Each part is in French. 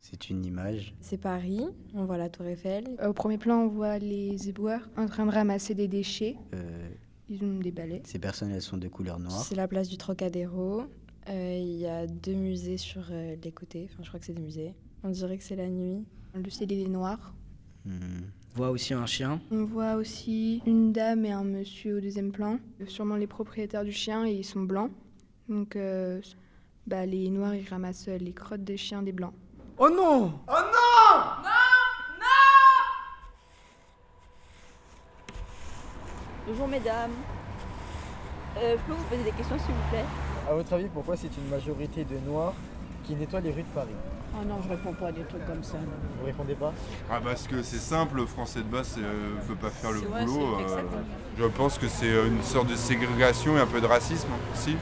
C'est une image. C'est Paris, on voit la Tour Eiffel. Euh, Au premier plan, on voit les éboueurs en train de ramasser des déchets. Euh, Ils ont des balais. ces personnes, elles sont de couleur noire. C'est la place du Trocadéro. Euh, Il y a deux musées sur euh, les côtés. Enfin, je crois que c'est des musées. On dirait que c'est la nuit. Le ciel il est noir. Hmm. On voit aussi un chien. On voit aussi une dame et un monsieur au deuxième plan. Euh, Sûrement les propriétaires du chien et ils sont blancs. Donc euh, bah, les noirs ils ramassent les crottes des chiens des blancs. Oh non Bonjour mesdames. Euh, je peux vous poser des questions s'il vous plaît À votre avis, pourquoi c'est une majorité de noirs qui nettoient les rues de Paris Oh non, je réponds pas à des trucs comme ça. Vous répondez pas Ah parce que c'est simple, le français de base ne veut pas faire le C'est vrai, boulot. c'est euh, exactement. je pense que c'est euh, une sorte de ségrégation et un peu de racisme aussi.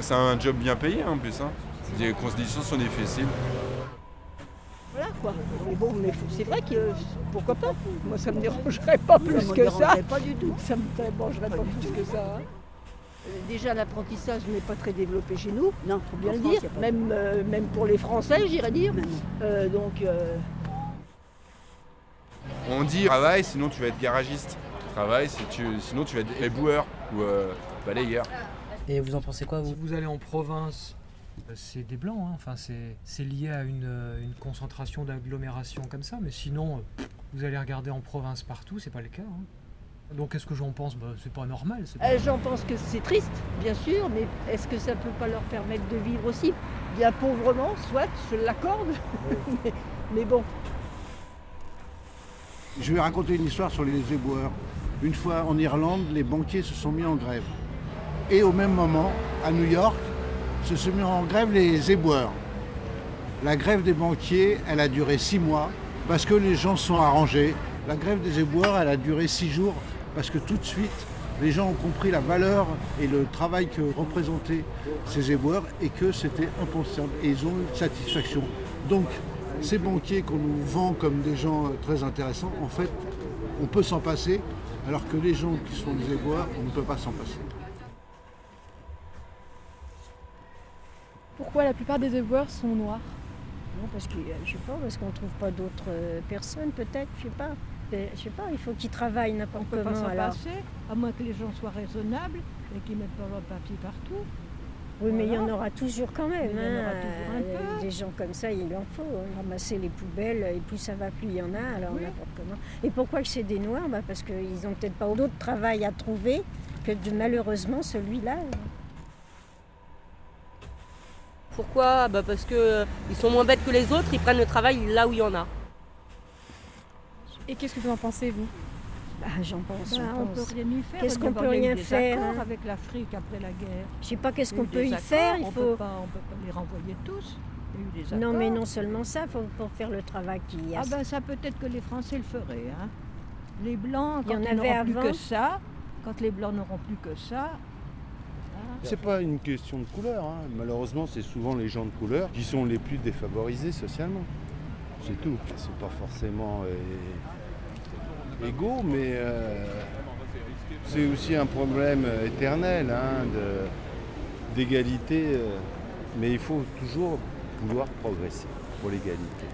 C'est un job bien payé en plus. Hein. Les conditions sont difficiles. Voilà quoi. Mais bon, mais faut- c'est vrai que euh, pourquoi pas Moi, ça me dérangerait pas plus me que ça. dérangerait Pas du tout. Ça me dérangerait pas plus que ça. hein. Euh, Déjà, l'apprentissage n'est pas très développé chez nous. Non, faut bien le dire. Même, euh, même pour les Français, j'irais dire. Euh, donc, euh, On dit travaille sinon tu vas être garagiste. Travaille si tu- sinon tu vas être éboueur ou euh, balayeur. Et vous en pensez quoi, Si vous vous allez en province, euh, c'est des blancs, hein. enfin, c'est c'est lié à une, euh, une concentration d'agglomération comme ça, mais sinon, euh, pff, vous allez regarder en province partout, c'est pas le cas. hein. Donc qu'est-ce que j'en pense Bah, C'est pas normal. c'est pas- euh, j'en pense que c'est triste, bien sûr, mais est-ce que ça peut pas leur permettre de vivre aussi Bien pauvrement, soit, je l'accorde, mais, mais bon. Je vais raconter une histoire sur les éboueurs. Une fois en Irlande, les banquiers se sont mis en grève. Et au même moment, à New York, se sont mis en grève les éboueurs. La grève des banquiers, elle a duré six mois parce que les gens se sont arrangés. La grève des éboueurs, elle a duré six jours parce que tout de suite, les gens ont compris la valeur et le travail que représentaient ces éboueurs et que c'était impensable. Et ils ont eu satisfaction. Donc, ces banquiers qu'on nous vend comme des gens euh, très intéressants, en fait, on peut s'en passer, alors que les gens qui sont des éboueurs, on ne peut pas s'en passer. Pourquoi la plupart des éboueurs sont noirs Non, parce que euh, je sais pas, parce qu'on trouve pas d'autres euh, personnes, peut-être, je sais pas. Euh, Je sais pas, il faut qu'ils travaillent n'importe comment. alors. à moins que les gens soient raisonnables et qu'ils mettent pas leur papier partout. Oui, mais il y en Voilà. aura toujours quand même. Il y en hein. aura toujours un Euh, Des gens comme ça, il en faut. hein. Ramasser les poubelles, et plus ça va, plus il y en a, alors Oui. n'importe comment. Et pourquoi que c'est des Noirs Bah, Parce qu'ils n'ont peut-être pas d'autre travail à trouver que de- malheureusement celui-là. Pourquoi bah Parce que euh, ils sont moins bêtes que les autres, ils prennent le travail là où il y en a. Et qu'est-ce que vous en pensez, vous Bah, J'en pense. j'en on pense. peut rien y faire. Qu'est-ce Il qu'on y avait peut eu rien des faire, accords hein. avec l'Afrique après la guerre. Je sais pas qu'est-ce qu'on Il y a peut eu y des faire. accords, Il on peut faut. pas, on peut pas les renvoyer tous. Il y a eu des Non, mais accords. non seulement ça, faut pour faire le travail qu'il y a. Ah ben ça peut-être que les Français le feraient. hein. Les Blancs, Il y quand en ils avait n'auront plus avant. que ça, quand les Blancs n'auront plus que ça, hein. C'est pas une question de couleur. hein. Malheureusement, c'est souvent les gens de couleur qui sont les plus défavorisés socialement. C'est tout. Ils sont pas forcément euh, égaux, mais euh, c'est aussi un problème euh, éternel hein, de- d'égalité. euh, mais il faut toujours vouloir progresser pour l'égalité.